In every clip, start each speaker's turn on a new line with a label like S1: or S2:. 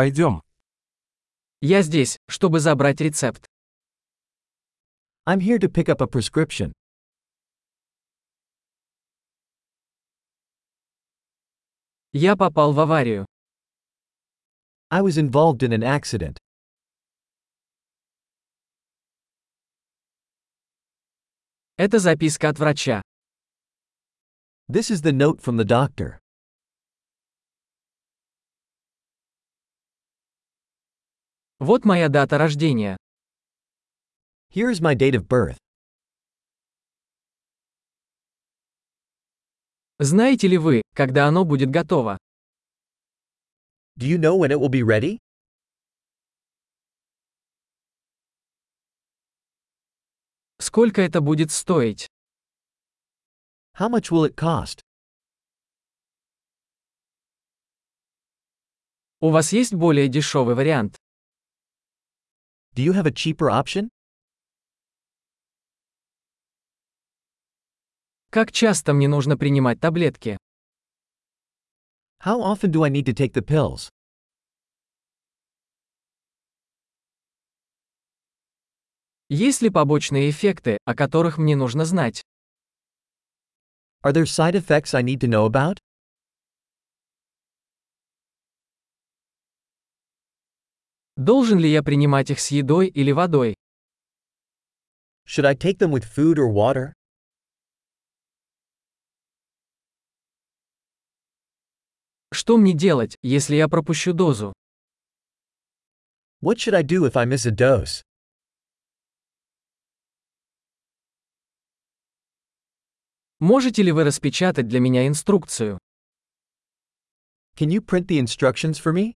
S1: Пойдем.
S2: Я здесь, чтобы забрать рецепт.
S3: I'm here to pick up a prescription.
S2: Я попал в аварию.
S3: I was involved in an accident.
S2: Это записка от врача.
S3: This is the note from the doctor.
S2: Вот моя дата рождения.
S3: Here is my date of birth.
S2: Знаете ли вы, когда оно будет готово?
S3: Do you know when it will be ready?
S2: Сколько это будет стоить?
S3: How much will it cost?
S2: У вас есть более дешевый вариант?
S3: Do you have a cheaper option?
S2: Как часто мне нужно принимать таблетки?
S3: How often do I need to take the pills?
S2: Есть ли побочные эффекты, о которых мне нужно знать?
S3: Are there side effects I need to know about?
S2: Должен ли я принимать их с едой или водой?
S3: Should I take them with food or water?
S2: Что мне делать, если я пропущу дозу?
S3: What should I do if I miss a dose?
S2: Можете ли вы распечатать для меня инструкцию?
S3: Can you print the instructions for me?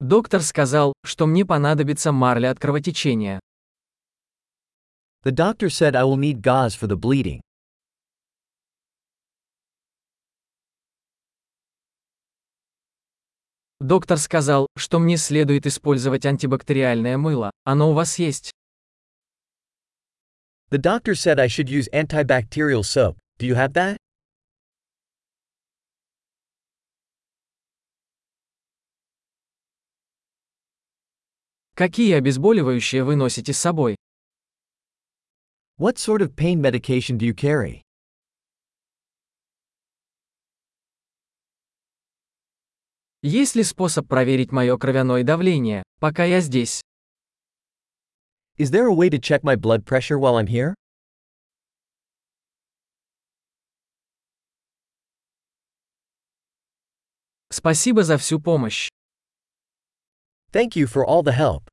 S2: Доктор сказал, что мне понадобится марля от кровотечения.
S3: The doctor said I will need gauze for the bleeding.
S2: Доктор сказал, что мне следует использовать антибактериальное мыло. Оно у вас есть?
S3: The doctor said I should use antibacterial soap. Do you have that?
S2: Какие обезболивающие вы носите с собой?
S3: What sort of pain medication do you carry?
S2: Есть ли способ проверить мое кровяное давление, пока я здесь?
S3: Is there a way to check my blood pressure while I'm here?
S2: Спасибо за всю помощь.
S3: Thank you for all the help.